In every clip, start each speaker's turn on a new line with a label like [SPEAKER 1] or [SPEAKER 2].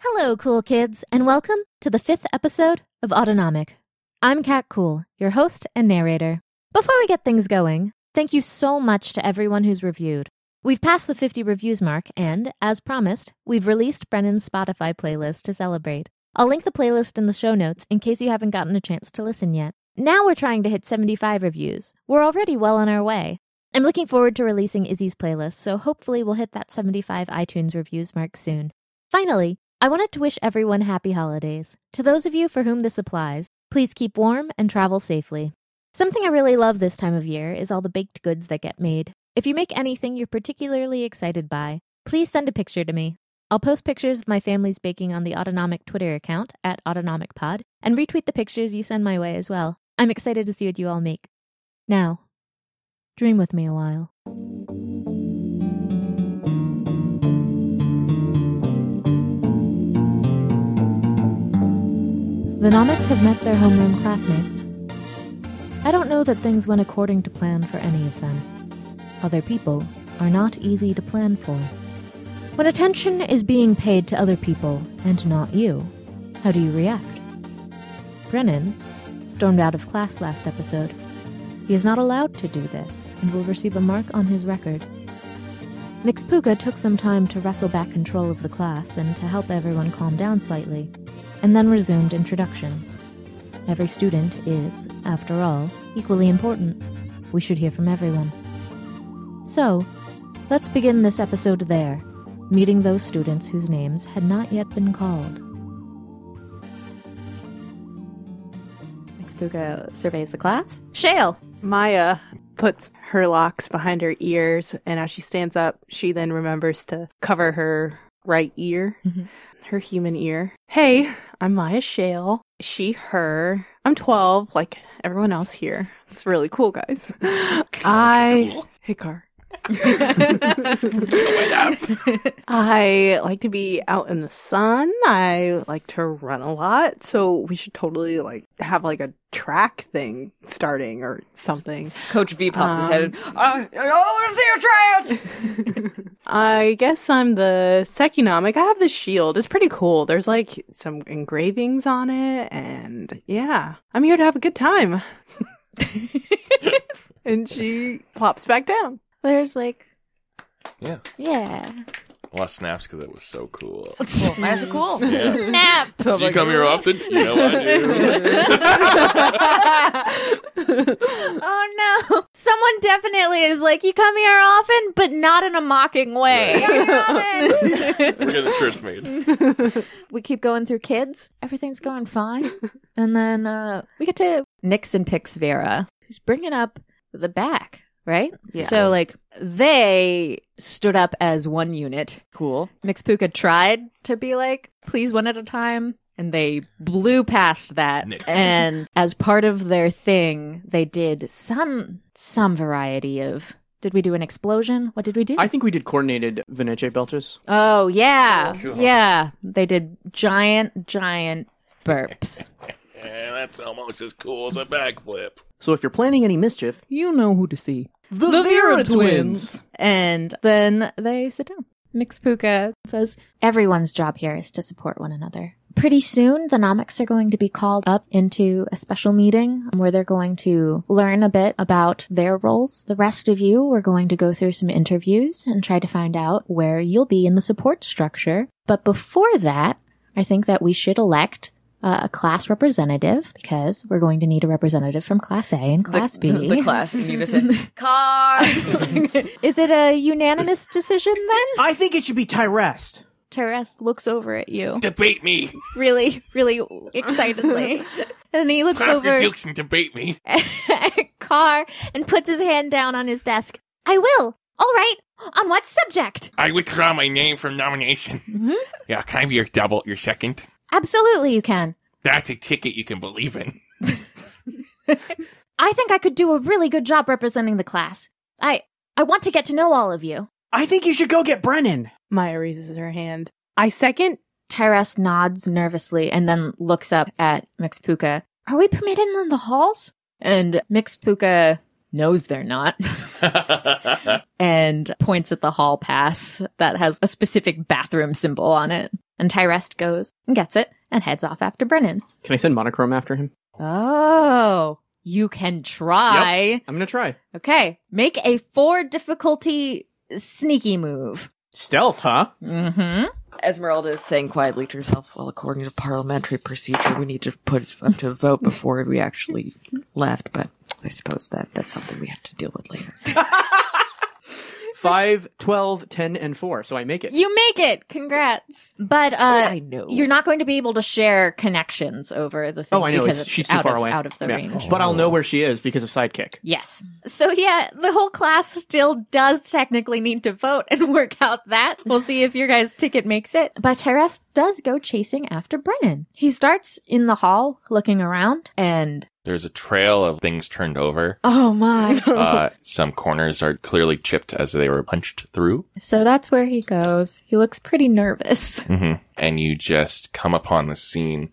[SPEAKER 1] Hello, cool kids, and welcome to the fifth episode of Autonomic. I'm Kat Cool, your host and narrator. Before we get things going, thank you so much to everyone who's reviewed. We've passed the 50 reviews mark, and as promised, we've released Brennan's Spotify playlist to celebrate. I'll link the playlist in the show notes in case you haven't gotten a chance to listen yet. Now we're trying to hit 75 reviews. We're already well on our way. I'm looking forward to releasing Izzy's playlist, so hopefully we'll hit that 75 iTunes reviews mark soon. Finally, I wanted to wish everyone happy holidays. To those of you for whom this applies, please keep warm and travel safely. Something I really love this time of year is all the baked goods that get made. If you make anything you're particularly excited by, please send a picture to me. I'll post pictures of my family's baking on the Autonomic Twitter account at Autonomic Pod and retweet the pictures you send my way as well. I'm excited to see what you all make. Now, dream with me a while. The Nomics have met their homeroom classmates. I don't know that things went according to plan for any of them. Other people are not easy to plan for. When attention is being paid to other people and not you, how do you react? Brennan stormed out of class last episode. He is not allowed to do this and will receive a mark on his record. Mixpuga took some time to wrestle back control of the class and to help everyone calm down slightly, and then resumed introductions. Every student is, after all, equally important. We should hear from everyone. So, let's begin this episode there, meeting those students whose names had not yet been called. Mixpuga surveys the class. Shale!
[SPEAKER 2] Maya puts her locks behind her ears, and as she stands up, she then remembers to cover her right ear,
[SPEAKER 1] Mhm.
[SPEAKER 2] her human ear. Hey, I'm Maya Shale. She, her. I'm 12, like everyone else here. It's really cool, guys. I.
[SPEAKER 3] cool.
[SPEAKER 2] Hey, Car.
[SPEAKER 1] that.
[SPEAKER 2] I like to be out in the sun. I like to run a lot. So we should totally like have like a track thing starting or something.
[SPEAKER 3] Coach V pops his
[SPEAKER 2] Um,
[SPEAKER 3] head in. Uh, I want to see your
[SPEAKER 2] I guess I'm the Secunomic. I have the shield. It's pretty cool. There's like some engravings on it, and yeah, I'm here to have a good time. and she plops back down.
[SPEAKER 4] There's like,
[SPEAKER 3] Yeah.
[SPEAKER 4] yeah.
[SPEAKER 3] Well, I snaps because it was so cool.
[SPEAKER 4] Cool.
[SPEAKER 5] Why is it cool?
[SPEAKER 3] Yeah.
[SPEAKER 4] Nap.
[SPEAKER 3] Do you come here often? You know I
[SPEAKER 2] do.
[SPEAKER 4] Oh no! Someone definitely is like, you come here often, but not in a mocking way.
[SPEAKER 3] We're getting shirts made.
[SPEAKER 4] we keep going through kids. Everything's going fine, and then uh, we get to Nixon picks Vera, who's bringing up the back, right?
[SPEAKER 2] Yeah.
[SPEAKER 4] So like,
[SPEAKER 5] They stood up as one unit. Cool.
[SPEAKER 4] Mixpuka tried to be like, please one at a time. And they blew past that.
[SPEAKER 3] Nick.
[SPEAKER 5] And
[SPEAKER 4] As part of their thing, they did some some variety of did we do an explosion? What did we do?
[SPEAKER 6] I think we did coordinated Vinace belches.
[SPEAKER 5] oh yeah,
[SPEAKER 4] yeah.
[SPEAKER 3] God.
[SPEAKER 4] Yeah. They did giant, giant burps.
[SPEAKER 3] Yeah, that's almost as cool as a backflip.
[SPEAKER 6] So if you're planning any mischief,
[SPEAKER 5] you know who to see.
[SPEAKER 6] the,
[SPEAKER 4] And then they sit down. Mixpuka says, Everyone's job here is to support one another. Pretty soon, the Nomics are going to be called up into a special meeting where they're going to learn a bit about their roles. The rest of you, we're going to go through some interviews and try to find out where you'll be in the support structure. But before that, I think that we should elect uh, a class representative because we're going to need a representative from Class A and Class
[SPEAKER 5] the,
[SPEAKER 4] B.
[SPEAKER 5] The class in unison. Car.
[SPEAKER 4] Is it a unanimous decision then?
[SPEAKER 6] I think it should be Tyrest.
[SPEAKER 4] Terrace looks over at you
[SPEAKER 3] Debate me.
[SPEAKER 4] really, really excitedly. and he looks
[SPEAKER 3] Put up your
[SPEAKER 4] over
[SPEAKER 3] dukes and debate me.
[SPEAKER 4] at Carr and puts his hand down on his desk. I will. All right. On what subject?
[SPEAKER 3] I withdraw my name from nomination. yeah, can I be your double, your second?
[SPEAKER 4] Absolutely, you can.
[SPEAKER 3] That's a ticket you can believe in.
[SPEAKER 4] I think I could do a really good job representing the class. I I want to get to know all of you.
[SPEAKER 6] I think you should go get Brennan.
[SPEAKER 2] Maya raises her hand. I second.
[SPEAKER 4] Tyras nods nervously and then looks up at Mixpuka. Are we permitted in the halls? And Mixpuka
[SPEAKER 7] knows they're not, and points at the hall pass that has a specific bathroom symbol on it.
[SPEAKER 4] And Tyrest goes and gets it and heads off after Brennan.
[SPEAKER 6] Can I send monochrome after him?
[SPEAKER 7] Oh, you can try.
[SPEAKER 6] I'm gonna try.
[SPEAKER 7] Okay, make a four difficulty sneaky move.
[SPEAKER 6] Stealth, huh?
[SPEAKER 7] Mm-hmm.
[SPEAKER 8] Esmeralda is saying quietly to herself, well, according to parliamentary procedure, we need to put it up to a vote before we actually left, but I suppose that that's something we have to deal with later.
[SPEAKER 6] Five, twelve, ten, and four. So I make it.
[SPEAKER 7] You make it. Congrats.
[SPEAKER 4] But uh,
[SPEAKER 8] Oh, I know.
[SPEAKER 7] You're not going to be able to share connections over the thing.
[SPEAKER 6] oh, I know.
[SPEAKER 7] Because
[SPEAKER 6] It's,
[SPEAKER 7] it's
[SPEAKER 6] she's
[SPEAKER 7] out
[SPEAKER 6] too far
[SPEAKER 7] of,
[SPEAKER 6] away.
[SPEAKER 7] Out of the
[SPEAKER 6] Yeah.
[SPEAKER 7] range.
[SPEAKER 6] But I'll know where she is because of sidekick.
[SPEAKER 7] Yes.
[SPEAKER 4] so yeah, the whole class still does technically need to vote and work out that. We'll see if your guys' ticket makes it. But Tyrest does go chasing after Brennan. He starts in the hall looking around and
[SPEAKER 3] There's a trail of things turned over.
[SPEAKER 4] oh my.
[SPEAKER 3] Uh, some corners are clearly chipped as they were punched through.
[SPEAKER 4] so that's where he goes. He looks pretty nervous.
[SPEAKER 3] hmm And you just come upon the scene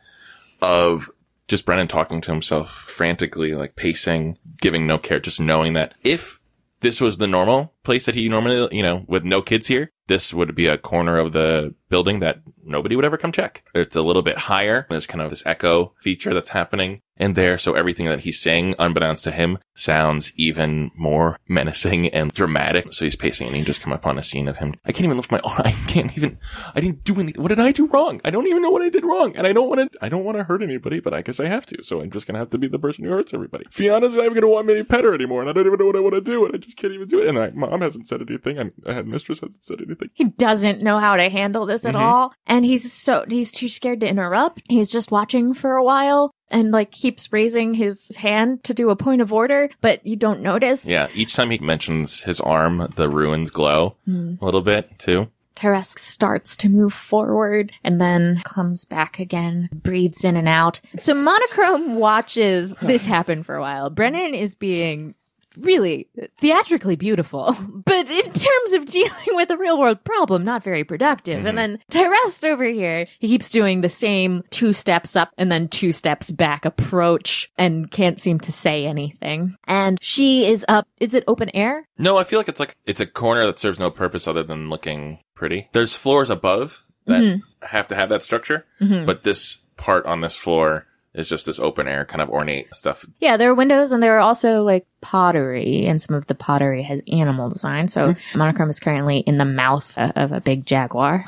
[SPEAKER 3] of just Brennan talking to himself frantically, like pacing, giving no care, just knowing that if this was the normal place that he normally, you know, with no kids here, this would be a corner of the building that nobody would ever come check. It's a little bit higher. There's kind of this echo feature that's happening in there. So everything that he's saying, unbeknownst to him, sounds even more menacing and dramatic. So he's pacing and he just come upon a scene of him. I can't even lift my arm. I can't even, I didn't do anything. What did I do wrong? I don't even know what I did wrong. And I don't want to, I don't want to hurt anybody, but I guess I have to. So I'm just going to have to be the person who hurts everybody. Fiona's not even going to want me to pet her anymore. And I don't even know what I want to do. And I just can't even do it. And my mom hasn't said anything. And I had mistress hasn't said anything.
[SPEAKER 4] He doesn't know how to handle this at
[SPEAKER 3] Mhm.
[SPEAKER 4] all. And he's so, he's too scared to interrupt. He's just watching for a while and like keeps raising his hand to do a point of order, but you don't notice.
[SPEAKER 3] Yeah. Each time he mentions his arm, the ruins glow
[SPEAKER 4] Hmm.
[SPEAKER 3] a little bit too.
[SPEAKER 4] Teresk starts to move forward and then comes back again, breathes in and out.
[SPEAKER 7] So Monochrome watches this happen for a while. Brennan is being really theatrically beautiful, but in terms of dealing with a real world problem, not very productive. And then Tyrest over here, he keeps doing the same two steps up and then two steps back approach and can't seem to say anything.
[SPEAKER 4] And she is up. Is it open air?
[SPEAKER 3] No, I feel like it's like it's a corner that serves no purpose other than looking pretty. There's floors above that
[SPEAKER 4] Mm-hmm.
[SPEAKER 3] have to have that structure, but this part on this floor is just this open air kind of ornate stuff.
[SPEAKER 4] Yeah, there are windows and there are also like pottery and some of the pottery has animal design. So Monochrome is currently in the mouth o- of a big jaguar.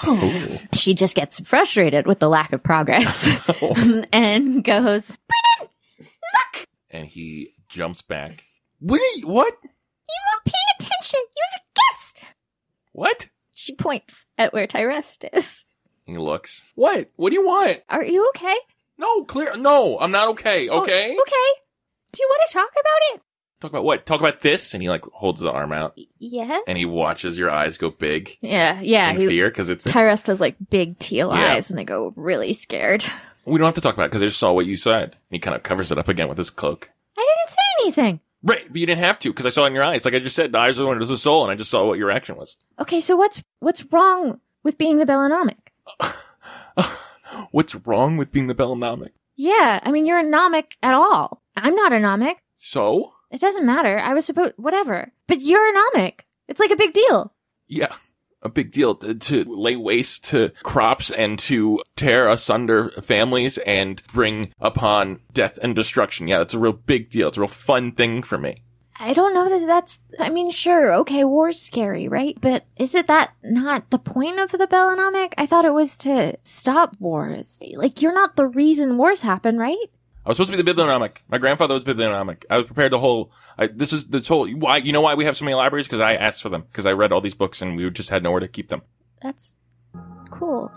[SPEAKER 4] She just gets frustrated with the lack of progress and goes,
[SPEAKER 3] And he jumps back. What? Are you, what?
[SPEAKER 4] pay attention. You have a guest.
[SPEAKER 3] What?
[SPEAKER 4] She points at where Tyrest is.
[SPEAKER 3] He looks. What? What do you want?
[SPEAKER 4] Are you okay?
[SPEAKER 3] No, clear. No, I'm not okay. Okay.
[SPEAKER 4] Oh, okay. Do you want to talk about it?
[SPEAKER 3] Talk about what? Talk about this. And he like holds the arm out,
[SPEAKER 4] Yeah.
[SPEAKER 3] and he watches your eyes go big
[SPEAKER 4] Yeah. Yeah.
[SPEAKER 3] in
[SPEAKER 4] He,
[SPEAKER 3] fear because it's
[SPEAKER 4] Tyrest has like big teal
[SPEAKER 3] Yeah.
[SPEAKER 4] eyes and they go really scared.
[SPEAKER 3] we don't have to talk about it because I just saw what you said. And he kind of covers it up again with his cloak.
[SPEAKER 4] I didn't say anything.
[SPEAKER 3] Right, but you didn't have to because I saw it in your eyes. Like I just said, the eyes are the one who's the soul, and I just saw what your reaction was.
[SPEAKER 4] Okay. So what's, what's wrong with being the Bellanomic?
[SPEAKER 3] What's wrong with being the Bellanomic?
[SPEAKER 4] Yeah. I mean, you're a Nomic at all. I'm not a Nomic.
[SPEAKER 3] So,
[SPEAKER 4] It doesn't matter. I was supposed, whatever. But you're a Nomic. It's like a big deal.
[SPEAKER 3] yeah, a big deal to, to lay waste to crops and to tear asunder families and bring upon death and destruction. Yeah, that's a real big deal. It's a real fun thing for me.
[SPEAKER 4] I don't know that that's, I mean, sure. Okay. War's scary, right? But is it that not the point of the Bellanomic? I thought it was to stop wars. Like, you're not the reason wars happen, right?
[SPEAKER 3] I was supposed to be the biblionomic. My grandfather was biblionomic. I was prepared to whole. I, this is the whole. Why you know why we have so many libraries? Because I asked for them. Because I read all these books and we just had nowhere to keep them.
[SPEAKER 4] That's cool.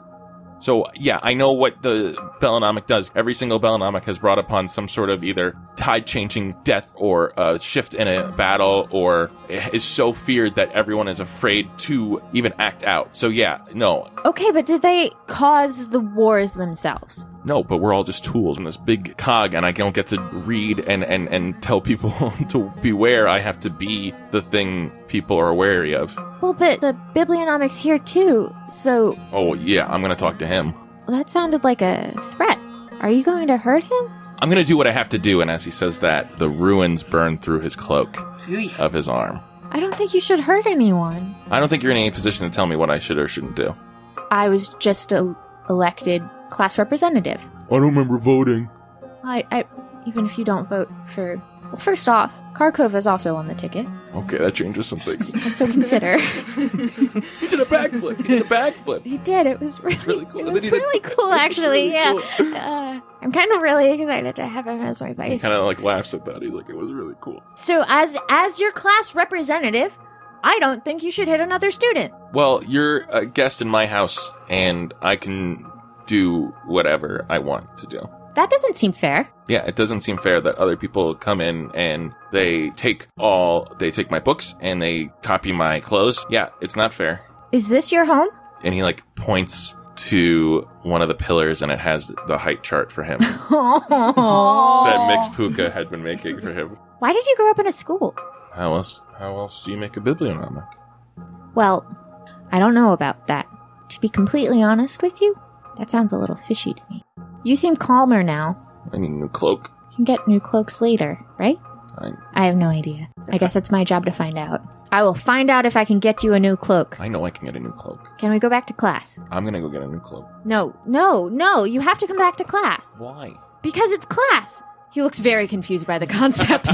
[SPEAKER 3] So yeah, I know what the Bellanomic does. Every single Bellanomic has brought upon some sort of either tide-changing death or a shift in a battle, or is so feared that everyone is afraid to even act out. So yeah, no,
[SPEAKER 4] Okay, but did they cause the wars themselves?
[SPEAKER 3] no, but we're all just tools in this big cog, and I don't get to read and and and tell people to beware. I have to be the thing people are wary of.
[SPEAKER 4] Well, but the biblionomics here too, so
[SPEAKER 3] Oh yeah, I'm gonna talk to him.
[SPEAKER 4] that sounded like a threat. Are you going to hurt him?
[SPEAKER 3] I'm going to do what I have to do. And as he says that, the ruins burn through his cloak of his arm.
[SPEAKER 9] I don't think you should hurt anyone.
[SPEAKER 3] I don't think you're in any position to tell me what I should or shouldn't do.
[SPEAKER 9] I was just a elected class representative.
[SPEAKER 3] I don't remember voting.
[SPEAKER 9] I, I even if you don't vote for well, first off, Kharkov is also on the ticket,
[SPEAKER 3] Okay, that changes some things.
[SPEAKER 9] so consider.
[SPEAKER 3] he did a backflip. He did a backflip.
[SPEAKER 9] he did. It was really,
[SPEAKER 3] really cool.
[SPEAKER 9] It
[SPEAKER 3] And
[SPEAKER 9] was
[SPEAKER 3] then he did-
[SPEAKER 9] really cool, actually. yeah. Uh, I'm kind of really excited to have him as my
[SPEAKER 3] He
[SPEAKER 9] vice.
[SPEAKER 3] kind of like laughs at that. He's like, it was really cool.
[SPEAKER 9] So as as your class representative, I don't think you should hit another student.
[SPEAKER 3] Well, you're a guest in my house, and I can do whatever I want to do.
[SPEAKER 9] That doesn't seem fair.
[SPEAKER 3] Yeah, it doesn't seem fair that other people come in and they take all, they take my books and they copy my clothes. Yeah, it's not fair.
[SPEAKER 9] Is this your home?
[SPEAKER 3] And he like points to one of the pillars, and it has the height chart for him that Mix Puka had been making for him.
[SPEAKER 9] Why did you grow up in a school?
[SPEAKER 3] How else? How else do you make a biblionomic?
[SPEAKER 9] Well, I don't know about that. To be completely honest with you, that sounds a little fishy to me. You seem calmer now.
[SPEAKER 3] I need a new cloak.
[SPEAKER 9] You can get new cloaks later, right?
[SPEAKER 3] I,
[SPEAKER 9] I have no idea. I guess it's my job to find out. I will find out if I can get you a new cloak.
[SPEAKER 3] I know I can get a new cloak.
[SPEAKER 9] Can we go back to class?
[SPEAKER 3] I'm gonna go get a new cloak.
[SPEAKER 9] No, no, no, you have to come back to class.
[SPEAKER 3] Why?
[SPEAKER 9] Because it's class! He looks very confused by the concept.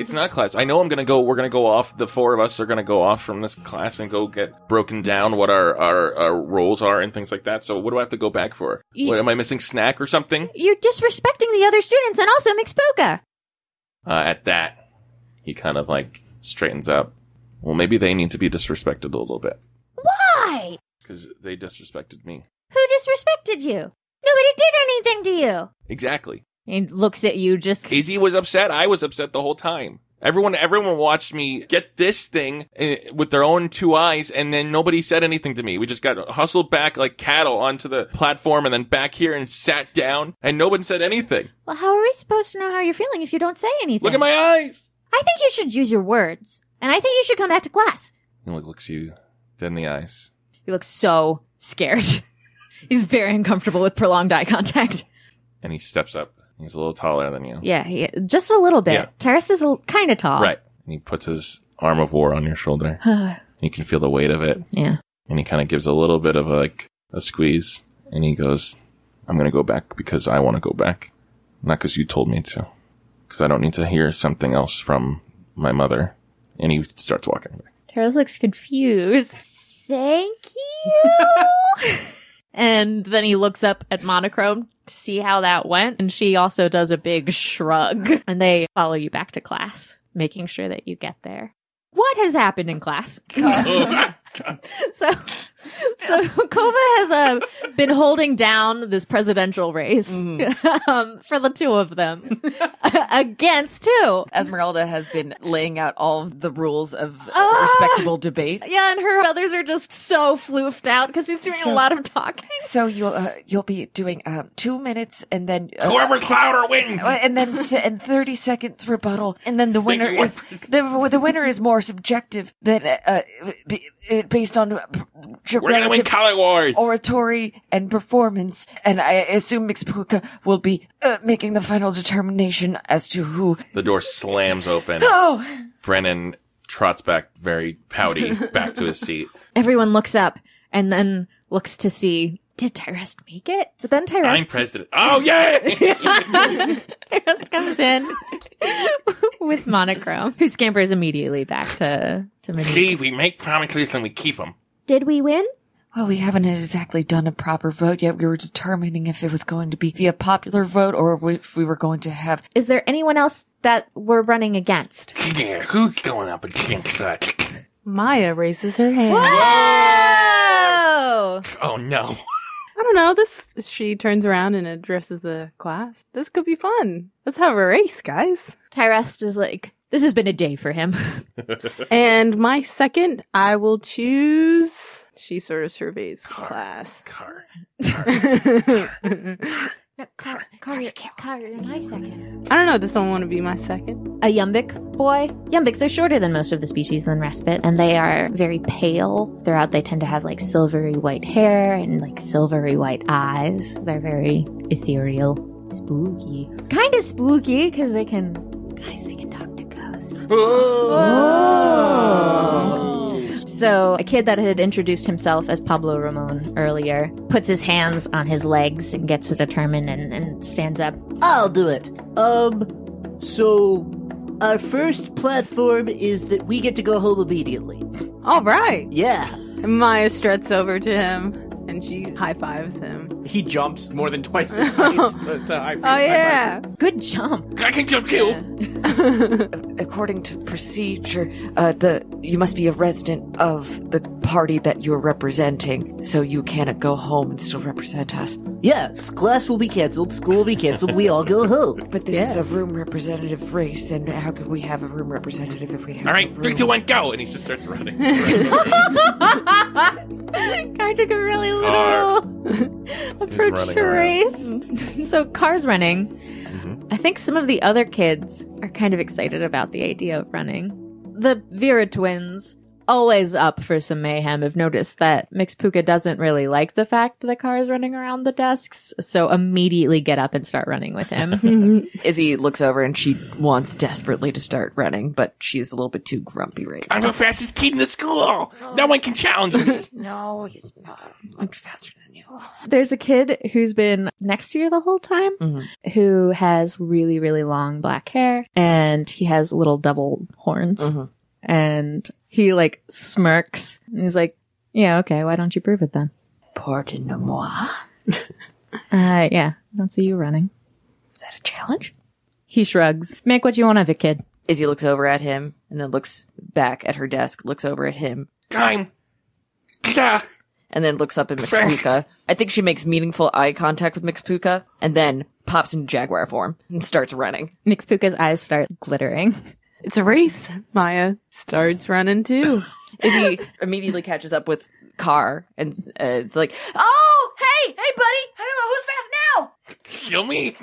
[SPEAKER 3] It's not class. I know I'm gonna go. We're gonna go off. The four of us are gonna go off from this class and go get broken down what our our, our roles are and things like that. So what do I have to go back for?
[SPEAKER 9] You-
[SPEAKER 3] what am I missing? Snack or something?
[SPEAKER 9] You're disrespecting the other students and also Mixpoka!
[SPEAKER 3] Uh, at that, he kind of like straightens up. Well, maybe they need to be disrespected a little bit
[SPEAKER 9] Why?
[SPEAKER 3] because they disrespected me.
[SPEAKER 9] Who disrespected you? Nobody did anything to you!
[SPEAKER 3] Exactly.
[SPEAKER 4] And looks at you just
[SPEAKER 3] Izzy was upset. I was upset the whole time. Everyone, everyone watched me get this thing eh, with their own two eyes, and then nobody said anything to me. We just got hustled back like cattle onto the platform, and then back here and sat down, and no one said anything.
[SPEAKER 9] Well, how are we supposed to know how you're feeling if you don't say anything?
[SPEAKER 3] Look at my eyes.
[SPEAKER 9] I think you should use your words. And I think you should come back to class.
[SPEAKER 3] He like, looks you dead in the eyes.
[SPEAKER 4] he looks so scared. He's very uncomfortable with prolonged eye contact.
[SPEAKER 3] and he steps up. He's a little taller than you,
[SPEAKER 4] Yeah, he, just a little bit.
[SPEAKER 3] Yeah.
[SPEAKER 4] Terrace is kind of tall.
[SPEAKER 3] right? And he puts his arm of war on your shoulder. you can feel the weight of it.
[SPEAKER 4] Yeah.
[SPEAKER 3] and he kind of gives a little bit of a, like a squeeze and he goes i'm going to go back because i want to go back not because you told me to because i don't need to hear something else from my mother and he starts walking back
[SPEAKER 4] Terrace looks confused.
[SPEAKER 9] Thank you.
[SPEAKER 4] And then he looks up at Monochrome to see how that went. And she also does a big shrug. And they follow you back to class, making sure that you get there. What has happened in class?
[SPEAKER 9] Oh
[SPEAKER 4] so, so Kova has uh, been holding down this presidential race
[SPEAKER 9] Mm-hmm.
[SPEAKER 4] um, for the two of them against two.
[SPEAKER 10] Esmeralda has been laying out all of the rules of
[SPEAKER 4] Ah!
[SPEAKER 10] respectable debate.
[SPEAKER 4] Yeah, and her others are just so floofed out because she's doing
[SPEAKER 10] So-
[SPEAKER 4] a lot of talking.
[SPEAKER 10] So you'll uh, you'll be doing um, two minutes, and then uh,
[SPEAKER 3] whoever's louder wins
[SPEAKER 10] Uh, and then s- and 30 seconds rebuttal and then the winner
[SPEAKER 3] you,
[SPEAKER 10] is the the winner is more subjective than uh, uh, b- uh, based on uh, j-
[SPEAKER 3] we're going to win
[SPEAKER 10] relative
[SPEAKER 3] color wars
[SPEAKER 10] oratory and performance and i assume mixpuka will be uh, making the final determination as to who
[SPEAKER 3] the door slams open
[SPEAKER 10] oh
[SPEAKER 3] brennan trots back very pouty back to his seat
[SPEAKER 4] Everyone looks up and then looks to see did Tyrest make it? But then
[SPEAKER 3] i'm
[SPEAKER 4] Tyrest,
[SPEAKER 3] president oh yay
[SPEAKER 4] Tyrest comes in with Monochrome, who scampers immediately back to to Minnie.
[SPEAKER 3] see we make promises and we keep them
[SPEAKER 9] Did we win?
[SPEAKER 10] well we haven't exactly done a proper vote yet we were determining if it was going to be via popular vote or if we were going to have
[SPEAKER 9] Is there anyone else that we're running against?
[SPEAKER 3] yeah who's going up against that
[SPEAKER 2] Maya raises her hand.
[SPEAKER 4] Oh,
[SPEAKER 3] oh no
[SPEAKER 2] I don't know. This she turns around and addresses the class. This could be fun. Let's have a race, guys.
[SPEAKER 4] Tyrest is like this has been a day for him.
[SPEAKER 2] And my second, I will choose. She sort of surveys the class.
[SPEAKER 3] car
[SPEAKER 9] Car, car, car, my second.
[SPEAKER 2] I don't know. Does someone want to be my second?
[SPEAKER 4] A Yumbic boy.
[SPEAKER 9] Yumbics are shorter than most of the species in Respite, and they are very pale throughout. They tend to have like silvery white hair and like silvery white eyes. They're very ethereal.
[SPEAKER 4] Spooky.
[SPEAKER 9] Kind of spooky because they can, guys, they can talk to ghosts.
[SPEAKER 4] So, a kid that had introduced himself as Pablo Ramon earlier puts his hands on his legs and gets determined and, and stands up.
[SPEAKER 11] I'll do it. Um, so our first platform is that we get to go home immediately.
[SPEAKER 2] All right.
[SPEAKER 11] Yeah.
[SPEAKER 2] And Maya struts over to him and she high fives him.
[SPEAKER 6] He jumps more than twice as fast. but, uh, I-
[SPEAKER 2] Oh,
[SPEAKER 6] I-
[SPEAKER 2] yeah.
[SPEAKER 4] Good jump.
[SPEAKER 3] I can jump kill.
[SPEAKER 10] According to procedure, uh, the you must be a resident of the party that you're representing, so you cannot go home and still represent us.
[SPEAKER 11] Yes, class will be canceled, school will be canceled, we all go home.
[SPEAKER 10] But this is a room representative race, and how could we have a room representative if we have?
[SPEAKER 3] All right,
[SPEAKER 10] no
[SPEAKER 3] three,
[SPEAKER 10] room?
[SPEAKER 3] two, one, go! And he just starts running.
[SPEAKER 4] Car took a really
[SPEAKER 3] Car.
[SPEAKER 4] literal approach
[SPEAKER 3] running
[SPEAKER 4] to
[SPEAKER 3] around.
[SPEAKER 4] race. so, Car's running.
[SPEAKER 3] Mhm.
[SPEAKER 4] I think some of the other kids are kind of excited about the idea of running. The Vera twins, always up for some mayhem, have noticed that Mix Puka doesn't really like the fact the car is running around the desks, so immediately get up and start running with him.
[SPEAKER 10] Izzy looks over and she wants desperately to start running, but she's a little bit too grumpy right now.
[SPEAKER 3] I'm the fastest kid in the school. No one can challenge me.
[SPEAKER 10] No, he's not. I'm faster than you.
[SPEAKER 4] There's a kid who's been next to you the whole time
[SPEAKER 10] Mhm.
[SPEAKER 3] Mm-hmm.
[SPEAKER 4] who has really, really long black hair and he has little double horns.
[SPEAKER 3] Mm-hmm.
[SPEAKER 10] Mhm.
[SPEAKER 4] And he like smirks and he's like, yeah, okay, why don't you prove it then?
[SPEAKER 10] Pardonnez-moi.
[SPEAKER 4] Uh, yeah. Don't see you running.
[SPEAKER 10] Is that a challenge?
[SPEAKER 4] He shrugs. Make what you want of it, kid.
[SPEAKER 10] Izzy looks over at him and then looks back at her desk, looks over at him,
[SPEAKER 3] Time. Gah.
[SPEAKER 10] and then looks up at
[SPEAKER 3] Frank.
[SPEAKER 10] Mixpuka. I think she makes meaningful eye contact with Mixpuka and then pops into jaguar form and starts running.
[SPEAKER 4] Mixpuka's eyes start glittering.
[SPEAKER 2] It's a race. Maya starts running too.
[SPEAKER 10] Izzy immediately catches up with Carr and uh, it's like, "Oh, hey, hey, buddy! Hello, who's fast now?"
[SPEAKER 3] Kill me.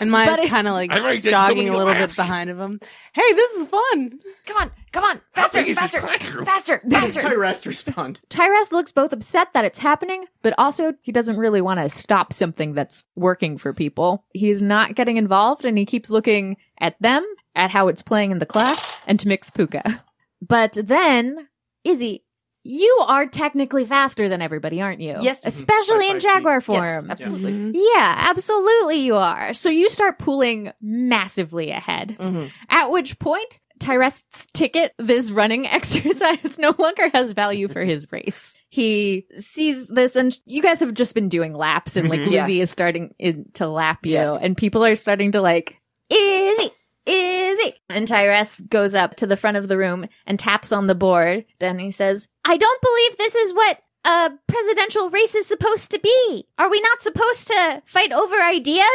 [SPEAKER 2] And Maya's kind of like
[SPEAKER 3] I'm already doing
[SPEAKER 2] jogging a little bit
[SPEAKER 3] laps.
[SPEAKER 2] behind of him. Hey, this is fun.
[SPEAKER 10] Come on, come on,
[SPEAKER 3] faster, big is this faster, classroom?
[SPEAKER 10] faster,
[SPEAKER 6] Does Tyrest respond?
[SPEAKER 4] Tyras looks both upset that it's happening, but also he doesn't really want to stop something that's working for people. He's not getting involved and he keeps looking at them, at how it's playing in the class, and to Mixpuka. But then, Izzy, you are technically faster than everybody, aren't you?
[SPEAKER 10] Yes.
[SPEAKER 4] Especially
[SPEAKER 6] Mm-hmm. By five
[SPEAKER 4] in
[SPEAKER 6] feet.
[SPEAKER 4] Jaguar
[SPEAKER 10] Yes,
[SPEAKER 4] form.
[SPEAKER 10] absolutely.
[SPEAKER 4] Mm-hmm. Yeah, absolutely you are. So you start pulling massively ahead.
[SPEAKER 10] Mhm.
[SPEAKER 4] At which point, Tyrest's ticket, this running exercise, no longer has value for his race. He sees this, and you guys have just been doing laps, and like
[SPEAKER 3] Mhm.
[SPEAKER 4] Lizzie
[SPEAKER 10] Yeah.
[SPEAKER 4] is starting in, to lap you,
[SPEAKER 10] Yeah.
[SPEAKER 4] and people are starting to like, Izzy, Izzy. And Tyrest goes up to the front of the room and taps on the board, and he says, I don't believe this is what a presidential race is supposed to be. Are we not supposed to fight over ideas?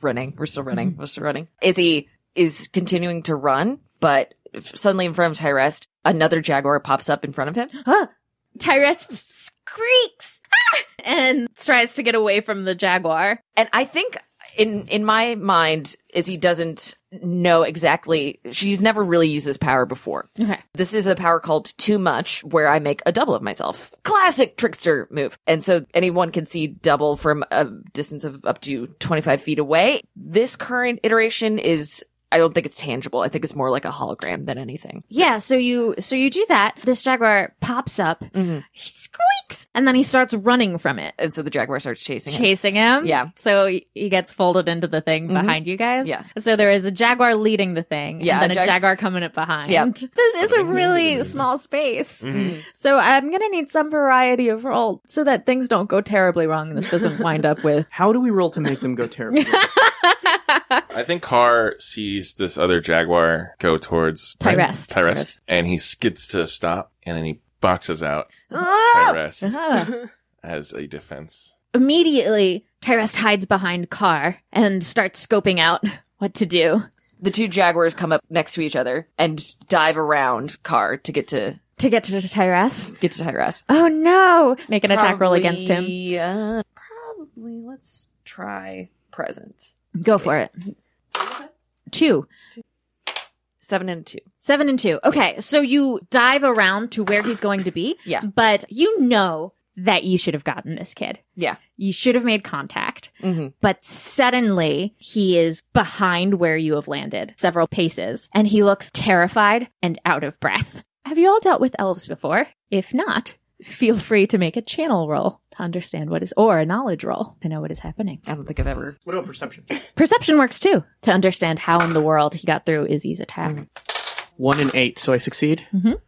[SPEAKER 10] running. We're still running. We're still running. Izzy is continuing to run, but f- suddenly in front of Tyrest, another jaguar pops up in front of him.
[SPEAKER 4] Tyrus squeaks "Ah!" and tries to get away from the jaguar.
[SPEAKER 10] And I think in in my mind, Izzy doesn't know exactly. She's never really used this power before.
[SPEAKER 4] Okay.
[SPEAKER 10] This is a power called Too Much, where I make a double of myself. Classic trickster move. And so anyone can see double from a distance of up to 25 feet away. This current iteration is, I don't think it's tangible. I think it's more like a hologram than anything.
[SPEAKER 4] Yeah, so you so you do that. This jaguar pops up,
[SPEAKER 10] Mhm.
[SPEAKER 4] he squeaks, and then he starts running from it,
[SPEAKER 10] And so the jaguar starts chasing him.
[SPEAKER 4] chasing him.
[SPEAKER 10] Yeah.
[SPEAKER 4] So he he gets folded into the thing
[SPEAKER 10] Mhm.
[SPEAKER 4] behind you guys.
[SPEAKER 10] Yeah.
[SPEAKER 4] So there is a jaguar leading the thing,
[SPEAKER 10] Yeah,
[SPEAKER 4] and then
[SPEAKER 10] a
[SPEAKER 4] a,
[SPEAKER 10] jag-
[SPEAKER 4] jaguar coming up behind.
[SPEAKER 10] Yeah.
[SPEAKER 4] This is a really small space.
[SPEAKER 3] Mhm.
[SPEAKER 4] So I'm gonna need some variety of roll so that things don't go terribly wrong. and This doesn't wind up with
[SPEAKER 6] How do we roll to make them go terrible?
[SPEAKER 3] I think Carr sees this other jaguar go towards
[SPEAKER 4] Tyrest.
[SPEAKER 3] Tyrest, and he skids to a stop, and then he boxes out
[SPEAKER 10] Ah!
[SPEAKER 3] Tyrest
[SPEAKER 4] Ah.
[SPEAKER 3] as a defense.
[SPEAKER 4] Immediately, Tyrest hides behind Carr and starts scoping out what to do
[SPEAKER 10] The two jaguars come up next to each other and dive around Car to get to
[SPEAKER 4] to get to Tyrest.
[SPEAKER 10] get to Tyrest.
[SPEAKER 4] Oh no! Make an attack roll against him.
[SPEAKER 10] Probably, uh, probably. Let's try presence.
[SPEAKER 4] Go for it. Two.
[SPEAKER 10] Seven and two.
[SPEAKER 4] Seven and two. Okay, so you dive around to where he's going to be.
[SPEAKER 10] Yeah.
[SPEAKER 4] But you know that you should have gotten this kid.
[SPEAKER 10] Yeah.
[SPEAKER 4] You should have made contact.
[SPEAKER 10] Mhm.
[SPEAKER 4] But suddenly he is behind where you have landed several paces and he looks terrified and out of breath. Have you all dealt with elves before? If not, feel free to make a channel roll to understand what is, or a knowledge roll to know what is happening.
[SPEAKER 10] I don't think I've ever.
[SPEAKER 6] What about perception?
[SPEAKER 4] Perception works too to understand how in the world he got through Izzy's attack.
[SPEAKER 10] Mm.
[SPEAKER 6] One and eight, so I succeed.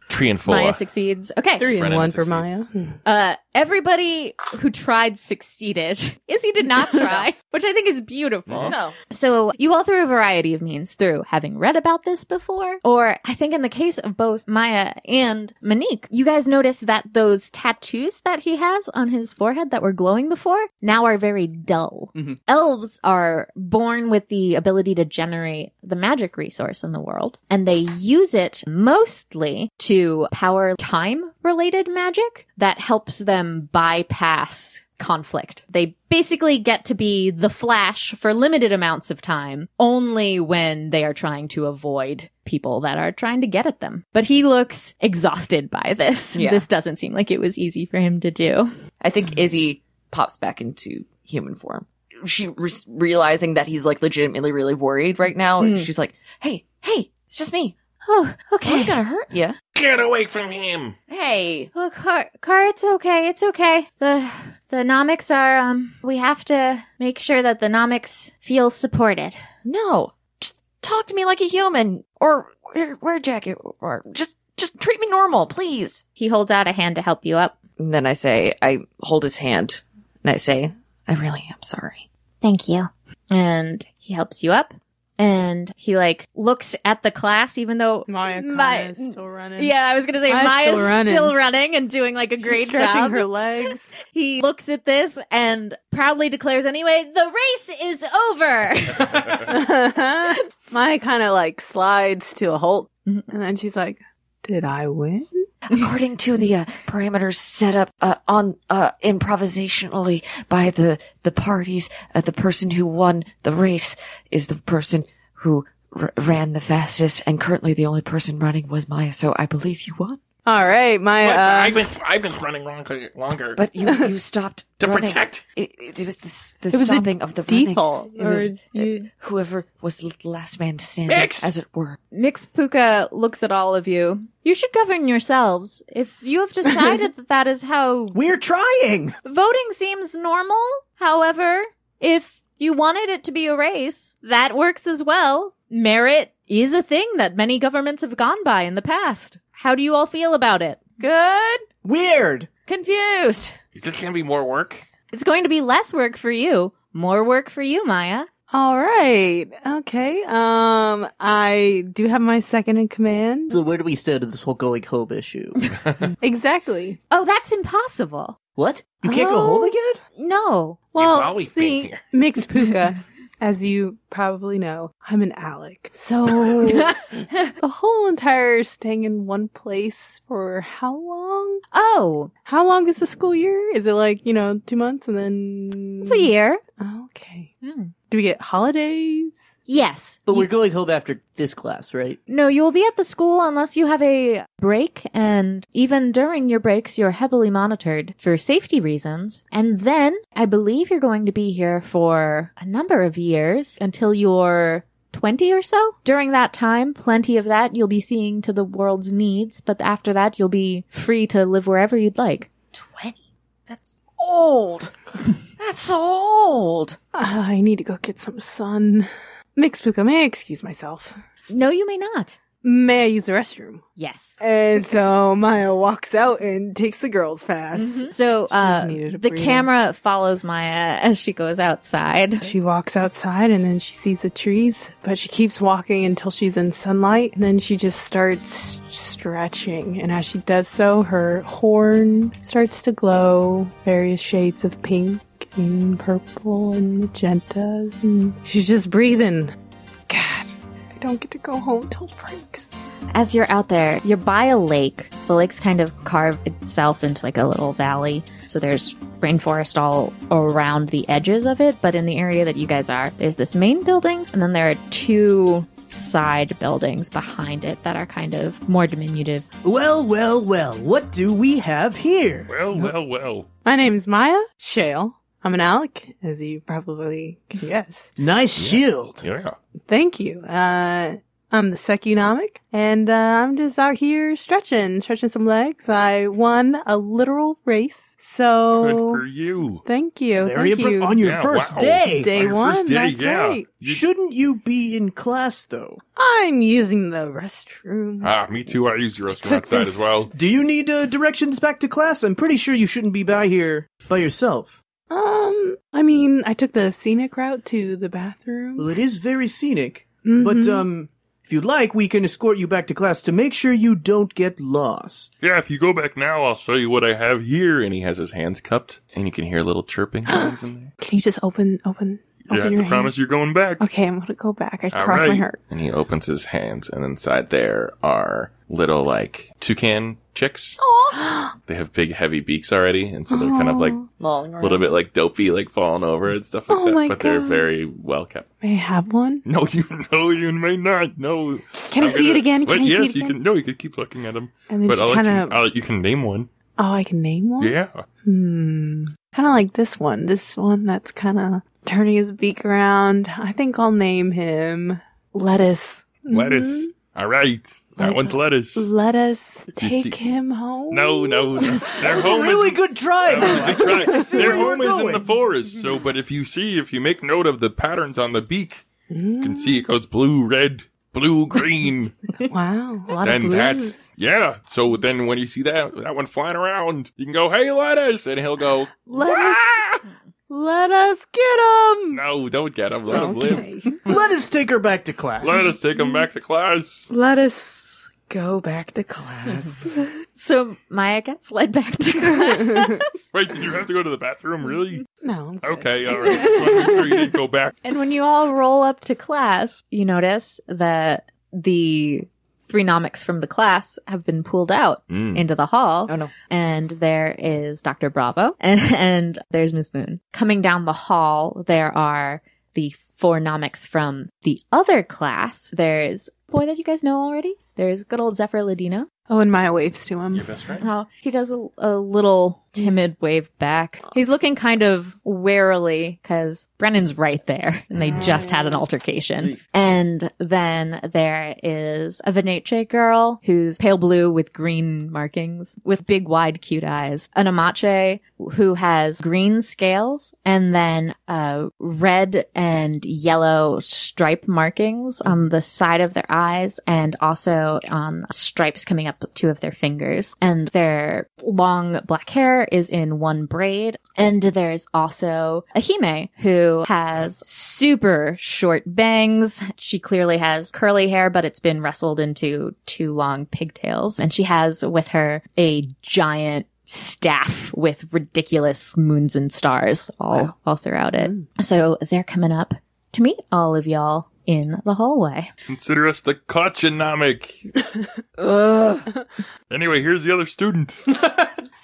[SPEAKER 3] Tree and
[SPEAKER 4] Maya
[SPEAKER 3] Fola.
[SPEAKER 4] succeeds. Okay.
[SPEAKER 2] Three and
[SPEAKER 3] Brennan
[SPEAKER 2] one for
[SPEAKER 3] succeeds.
[SPEAKER 2] Maya.
[SPEAKER 4] Uh, everybody who tried succeeded. Izzy did not try, which I think is beautiful.
[SPEAKER 3] Aw.
[SPEAKER 10] No.
[SPEAKER 4] So you all through a variety of means through having read about this before, or I think in the case of both Maya and Monique, you guys noticed that those tattoos that he has on his forehead that were glowing before now are very dull.
[SPEAKER 6] Mhm.
[SPEAKER 4] Elves are born with the ability to generate the magic resource in the world, and they use it mostly to power time related magic that helps them bypass conflict. They basically get to be the Flash for limited amounts of time, only when they are trying to avoid people that are trying to get at them. But he looks exhausted by this.
[SPEAKER 10] Yeah.
[SPEAKER 4] This doesn't seem like it was easy for him to do.
[SPEAKER 10] I think Izzy pops back into human form. She re- realizing that he's like legitimately really worried right now.
[SPEAKER 4] Mm.
[SPEAKER 10] and She's like, "Hey, hey, it's just me.
[SPEAKER 4] Oh, okay.
[SPEAKER 10] It's gonna hurt you.
[SPEAKER 3] Get away from him.
[SPEAKER 10] Hey,
[SPEAKER 4] Well, Car, Car, it's okay. It's okay. The the nomics are um. We have to make sure that the nomics feel supported.
[SPEAKER 10] no, just talk to me like a human, or wear, wear a jacket, or just just treat me normal, please."
[SPEAKER 4] He holds out a hand to help you up.
[SPEAKER 10] And then I say, I hold his hand, and I say, "I really am sorry."
[SPEAKER 4] Thank you. And he helps you up. And he like looks at the class, even though
[SPEAKER 2] Maya
[SPEAKER 4] My-
[SPEAKER 2] Maya is still running.
[SPEAKER 4] yeah, I was gonna say
[SPEAKER 2] Maya's
[SPEAKER 4] Maya's
[SPEAKER 2] still running.
[SPEAKER 4] still running and doing like a
[SPEAKER 2] She's
[SPEAKER 4] great
[SPEAKER 2] stretching
[SPEAKER 4] job.
[SPEAKER 2] her legs.
[SPEAKER 4] He looks at this and proudly declares, anyway, the race is over.
[SPEAKER 2] Maya kind of like slides to a halt, and then she's like, "Did I win?"
[SPEAKER 10] According to the uh, parameters set up uh, on uh, improvisationally by the the parties, uh, the person who won the race is the person who r- ran the fastest, and currently the only person running was Maya. So I believe you won,
[SPEAKER 2] All right, Maya.
[SPEAKER 3] What?
[SPEAKER 2] uh,
[SPEAKER 3] I've been I've been running longer, longer
[SPEAKER 10] but you you stopped
[SPEAKER 3] to
[SPEAKER 10] running.
[SPEAKER 3] protect.
[SPEAKER 10] It, it, it was the, s- the
[SPEAKER 2] It was the
[SPEAKER 10] stopping of the
[SPEAKER 2] default,
[SPEAKER 10] Running. It
[SPEAKER 2] or
[SPEAKER 10] was, uh,
[SPEAKER 2] you-
[SPEAKER 10] whoever was the last man standing,
[SPEAKER 3] Mixed.
[SPEAKER 10] as it were.
[SPEAKER 4] Mix Puka looks at all of you. You should govern yourselves. If you have decided that that is how
[SPEAKER 6] We're trying.
[SPEAKER 4] voting seems normal, however, if you wanted it to be a race, that works as well. Merit is a thing that many governments have gone by in the past. How do you all feel about it?
[SPEAKER 10] Good,
[SPEAKER 6] Weird.
[SPEAKER 10] confused.
[SPEAKER 3] Is this gonna be more work?
[SPEAKER 4] It's going to be less work for you, more work for you, Maya.
[SPEAKER 2] all right, okay. Um, I do have my second in command.
[SPEAKER 11] So where do we stand on this whole going home issue?
[SPEAKER 2] Exactly.
[SPEAKER 4] Oh, that's impossible.
[SPEAKER 11] what? You can't go home
[SPEAKER 2] Oh.
[SPEAKER 11] again?
[SPEAKER 4] No.
[SPEAKER 2] Well,
[SPEAKER 3] always been
[SPEAKER 2] see,
[SPEAKER 3] here.
[SPEAKER 2] Mix Puka, as you probably know, I'm an Alec. So the whole entire staying in one place for how long?
[SPEAKER 4] Oh,
[SPEAKER 2] How long is the school year? Is it like, you know, two months and then
[SPEAKER 4] it's a year.
[SPEAKER 2] Okay. Do we get holidays?
[SPEAKER 4] Yes.
[SPEAKER 11] But we're going home after this class, right?
[SPEAKER 4] No, you will be at the school unless you have a break, and even during your breaks, you're heavily monitored for safety reasons. And then I believe you're going to be here for a number of years until you're 20 or so. During that time, plenty of that you'll be seeing to the world's needs, but after that, you'll be free to live wherever you'd like.
[SPEAKER 10] 20? That's old. That's so old.
[SPEAKER 2] Ah, I need to go get some sun. Mix Puka, may I excuse myself?
[SPEAKER 4] No, you may not.
[SPEAKER 2] May I use the restroom?
[SPEAKER 4] Yes.
[SPEAKER 2] And so Maya walks out and takes the girls pass.
[SPEAKER 4] So uh,
[SPEAKER 2] needed a
[SPEAKER 4] the
[SPEAKER 2] breather.
[SPEAKER 4] camera follows Maya as she goes outside.
[SPEAKER 2] She walks outside and then she sees the trees, but she keeps walking until she's in sunlight. And then she just starts stretching. And as she does so, her horn starts to glow various shades of pink and purple and magentas. And she's just breathing. God, I don't get to go home till breaks.
[SPEAKER 4] As you're out there, you're by a lake. The lake's kind of carved itself into like a little valley. So there's rainforest all around the edges of it, but in the area that you guys are, there's this main building, and then there are two side buildings behind it that are kind of more diminutive.
[SPEAKER 11] Well, well, well, what do we have here?
[SPEAKER 3] Well, well, well.
[SPEAKER 2] My name's Maya Shale. I'm an Alec, as you probably can guess.
[SPEAKER 11] Nice shield.
[SPEAKER 3] Yeah.
[SPEAKER 2] Thank you. Uh, I'm the Secunomic, and uh, I'm just out here stretching, stretching some legs. I won a literal race,
[SPEAKER 3] Good
[SPEAKER 2] so
[SPEAKER 3] for you.
[SPEAKER 2] thank you.
[SPEAKER 11] Very
[SPEAKER 2] thank
[SPEAKER 11] impressive.
[SPEAKER 2] you.
[SPEAKER 11] On your
[SPEAKER 3] Yeah,
[SPEAKER 11] first
[SPEAKER 3] wow.
[SPEAKER 11] day.
[SPEAKER 2] Day
[SPEAKER 3] On your
[SPEAKER 2] one,
[SPEAKER 3] first day,
[SPEAKER 2] that's
[SPEAKER 3] yeah.
[SPEAKER 2] right.
[SPEAKER 11] Shouldn't you be in class, though?
[SPEAKER 2] I'm using the restroom.
[SPEAKER 3] Ah, me too. I use your restroom
[SPEAKER 2] Took
[SPEAKER 3] outside
[SPEAKER 2] this-
[SPEAKER 3] as well.
[SPEAKER 11] Do you need uh, directions back to class? I'm pretty sure you shouldn't be by here by yourself.
[SPEAKER 2] Um, I mean, I took the scenic route to the bathroom.
[SPEAKER 11] Well, it is very scenic, but um, if you'd like, we can escort you back to class to make sure you don't get lost.
[SPEAKER 3] Yeah, if you go back now, I'll show you what I have here. And he has his hands cupped, and you can hear little chirping things in there.
[SPEAKER 2] Can you just open, open, open
[SPEAKER 3] Yeah,
[SPEAKER 2] your
[SPEAKER 3] I can
[SPEAKER 2] hand?
[SPEAKER 3] promise you're going back.
[SPEAKER 2] Okay, I'm gonna go back. I
[SPEAKER 3] All
[SPEAKER 2] crossed my
[SPEAKER 3] right.
[SPEAKER 2] heart.
[SPEAKER 3] And he opens his hands, and inside there are little, like, toucan chicks. they have big, heavy beaks already, and so they're kind of like
[SPEAKER 10] Long
[SPEAKER 3] a little bit like dopey, like falling over and stuff like
[SPEAKER 2] Oh
[SPEAKER 3] that.
[SPEAKER 2] my
[SPEAKER 3] but they're
[SPEAKER 2] God.
[SPEAKER 3] very well kept.
[SPEAKER 2] May I have one?
[SPEAKER 3] No, you know, you may not. No.
[SPEAKER 2] Can I
[SPEAKER 3] I'm
[SPEAKER 2] see it again?
[SPEAKER 3] Wait,
[SPEAKER 2] Can I see
[SPEAKER 3] yes,
[SPEAKER 2] it
[SPEAKER 3] you
[SPEAKER 2] again?
[SPEAKER 3] can. No, you can keep looking at them.
[SPEAKER 2] And then
[SPEAKER 3] but I'll
[SPEAKER 2] she
[SPEAKER 3] let,
[SPEAKER 2] kind
[SPEAKER 3] you,
[SPEAKER 2] of.
[SPEAKER 3] I'll let you can name one.
[SPEAKER 2] Oh, I can name one.
[SPEAKER 3] Yeah.
[SPEAKER 2] Hmm. Kind of like this one. This one that's kind of turning his beak around. I think I'll name him Lettuce.
[SPEAKER 3] Lettuce. All right. That
[SPEAKER 2] Mm-hmm. Like
[SPEAKER 3] one's lettuce.
[SPEAKER 2] Lettuce.
[SPEAKER 3] You see-
[SPEAKER 2] take him home.
[SPEAKER 3] No, no, no. Their
[SPEAKER 11] That's a
[SPEAKER 3] home
[SPEAKER 11] really
[SPEAKER 3] is,
[SPEAKER 11] good try. though.
[SPEAKER 3] I tried.
[SPEAKER 11] I see
[SPEAKER 3] Their
[SPEAKER 11] where you were
[SPEAKER 3] home is in the
[SPEAKER 11] going.
[SPEAKER 3] forest. So, but if you see, if you make note of the patterns on the beak, you can see it
[SPEAKER 2] Mm.
[SPEAKER 3] goes blue, red, blue, green.
[SPEAKER 2] Wow.
[SPEAKER 3] then that's yeah. So then when you see that that one flying around, you can go, "Hey, lettuce," and he'll go,
[SPEAKER 2] Lettuce.
[SPEAKER 3] "Ah!"
[SPEAKER 2] Let us get him.
[SPEAKER 3] "No, don't get him. Let him live.
[SPEAKER 2] Okay.
[SPEAKER 11] Let us take her back to class.
[SPEAKER 3] Let us take him back to class."
[SPEAKER 2] Let us go back to class.
[SPEAKER 4] So Maya gets led back to her.
[SPEAKER 3] Wait, did you have to go to the bathroom? Really?
[SPEAKER 2] no. I'm good.
[SPEAKER 3] Okay, all right. Just wanted to make sure you didn't go back.
[SPEAKER 4] and when you all roll up to class, you notice that the three nomics from the class have been pulled out
[SPEAKER 3] Mm.
[SPEAKER 4] into the hall.
[SPEAKER 10] Oh, no.
[SPEAKER 4] and there is Dr. Bravo and, and there's Miss Moon. Coming down the hall, there are the four nomics from the other class. There's a boy that you guys know already. There's good old Zephyr Ladino.
[SPEAKER 2] Oh, and Maya waves to him.
[SPEAKER 3] best friend.
[SPEAKER 4] Oh, he does a, a little timid wave back. He's looking kind of warily because Brennan's right there and they just had an altercation. And then there is a Venache girl who's pale blue with green markings with big, wide, cute eyes. An Amache who has green scales and then uh, red and yellow stripe markings on the side of their eyes and also on stripes coming up two of their fingers. And their long black hair is in one braid. And there's also a Hime who has super short bangs. She clearly has curly hair, but it's been wrestled into two long pigtails. And she has with her a giant staff with ridiculous moons and stars all all throughout it. So they're coming up to meet all of y'all in the hallway.
[SPEAKER 3] Consider us the Kochinomic. anyway, here's the other student.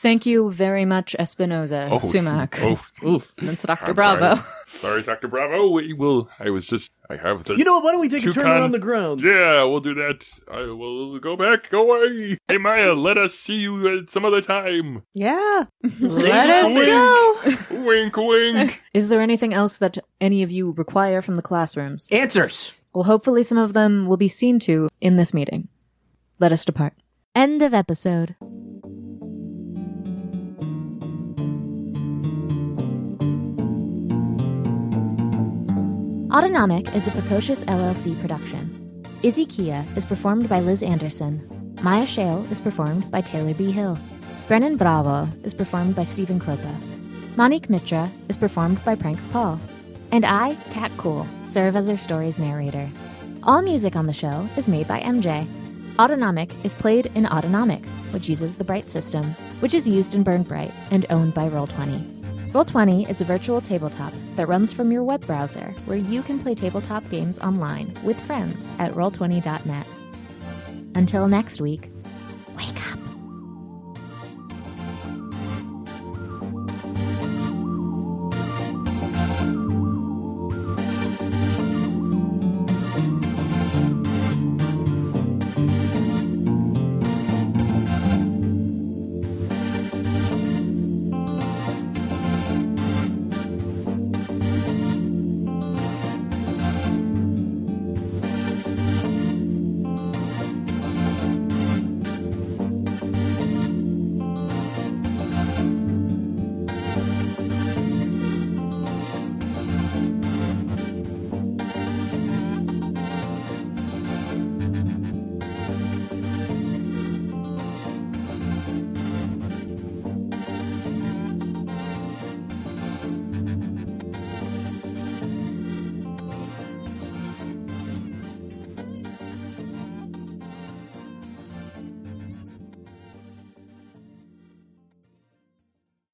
[SPEAKER 4] Thank you very much, Espinoza
[SPEAKER 3] Oh,
[SPEAKER 4] Sumac.
[SPEAKER 3] Oh,
[SPEAKER 4] That's Dr.
[SPEAKER 3] I'm
[SPEAKER 4] Bravo.
[SPEAKER 3] Sorry, Dr. Bravo. We will. I was just. I have the.
[SPEAKER 11] You know, what, why don't we take a
[SPEAKER 3] Toucan.
[SPEAKER 11] turn around the ground?
[SPEAKER 3] yeah, we'll do that. I will go back. Go away. Hey, Maya, let us see you at some other time.
[SPEAKER 2] Yeah. Let us
[SPEAKER 3] Wink.
[SPEAKER 2] go.
[SPEAKER 3] Wink, wink.
[SPEAKER 4] Is there anything else that any of you require from the classrooms?
[SPEAKER 11] Answers.
[SPEAKER 4] Well, hopefully some of them will be seen to in this meeting. Let us depart.
[SPEAKER 1] End of episode. Autonomic is a precocious LLC production. Izzy Kia is performed by Liz Anderson. Maya Shale is performed by Taylor B. Hill. Brennan Bravo is performed by Stephen Klopa. Monique Mitra is performed by Pranks Paul. And I, Kat Cool, serve as our story's narrator. All music on the show is made by MJ. Autonomic is played in Autonomic, which uses the Bright system, which is used in Burn Bright and owned by Roll20. Roll20 is a virtual tabletop that runs from your web browser where you can play tabletop games online with friends at roll20.net. Until next week,